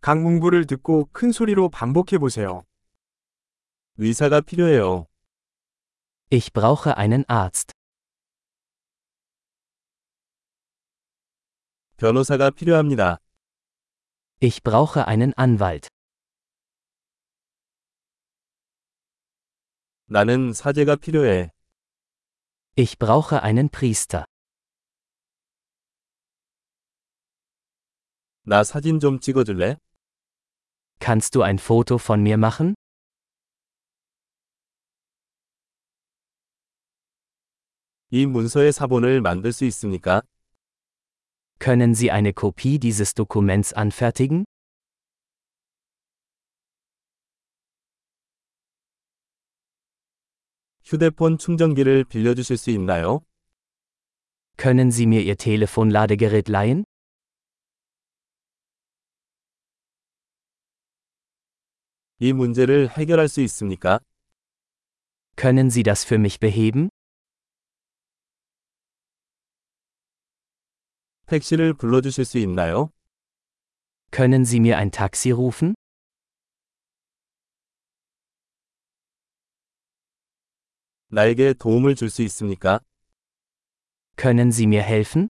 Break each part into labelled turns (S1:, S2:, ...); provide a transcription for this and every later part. S1: 각 문구를 듣고 큰 소리로 반복해 보세요. 의사가 필요해요.
S2: Ich brauche einen Arzt.
S1: 변호사가 필요합니다.
S2: Ich brauche einen Anwalt.
S1: 나는 사제가 필요해.
S2: Ich brauche einen Priester.
S1: 나 사진 좀 찍어줄래?
S2: Kannst du ein Foto von mir machen?
S1: 이 문서의 사본을 만들 수 있습니까?
S2: Können Sie eine Kopie dieses Dokuments anfertigen?
S1: 휴대폰 충전기를 빌려주실 수 있나요?
S2: Können Sie mir Ihr Telefonladegerät leihen?
S1: 이 문제를 해결할 수 있습니까?
S2: Können Sie das für mich beheben?
S1: 택시를 불러주실 수 있나요?
S2: Können Sie mir ein Taxi rufen?
S1: 나에게 도움을 줄 수 있습니까?
S2: Können Sie mir helfen?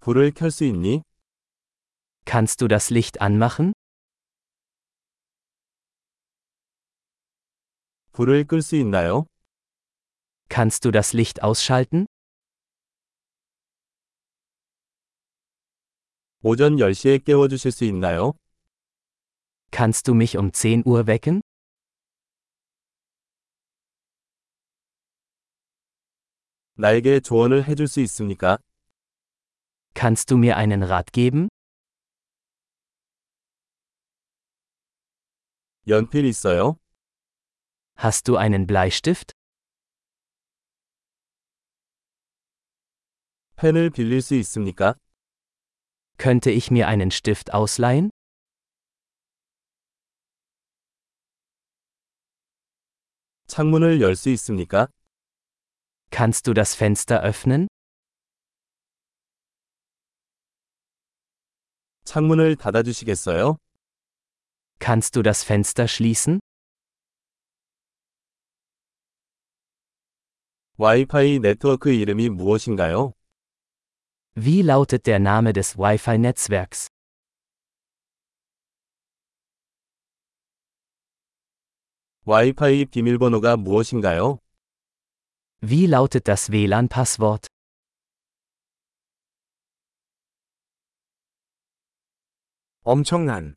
S1: 불을 켤 수 있니?
S2: Kannst du das Licht anmachen?
S1: 불을 끌 수 있나요?
S2: Kannst du das Licht ausschalten?
S1: 오전 10시에 깨워주실 수 있나요?
S2: Kannst du mich um 10 Uhr wecken?
S1: 나에게 조언을 해줄 수 있습니까?
S2: Kannst du mir einen Rat geben?
S1: 연필 있어요?
S2: Hast du einen Bleistift?
S1: 펜을 빌릴 수 있습니까?
S2: Könnte ich mir einen Stift ausleihen?
S1: 창문을 열 수 있습니까?
S2: Kannst du das Fenster öffnen?
S1: 창문을 닫아주시겠어요?
S2: Kannst du das Fenster schließen?
S1: 와이파이 네트워크 이름이 무엇인가요?
S2: Wie lautet der Name des Wi-Fi-Netzwerks?
S1: 와이파이 비밀번호가 무엇인가요?
S2: Wie lautet das WLAN-Passwort?
S1: 엄청난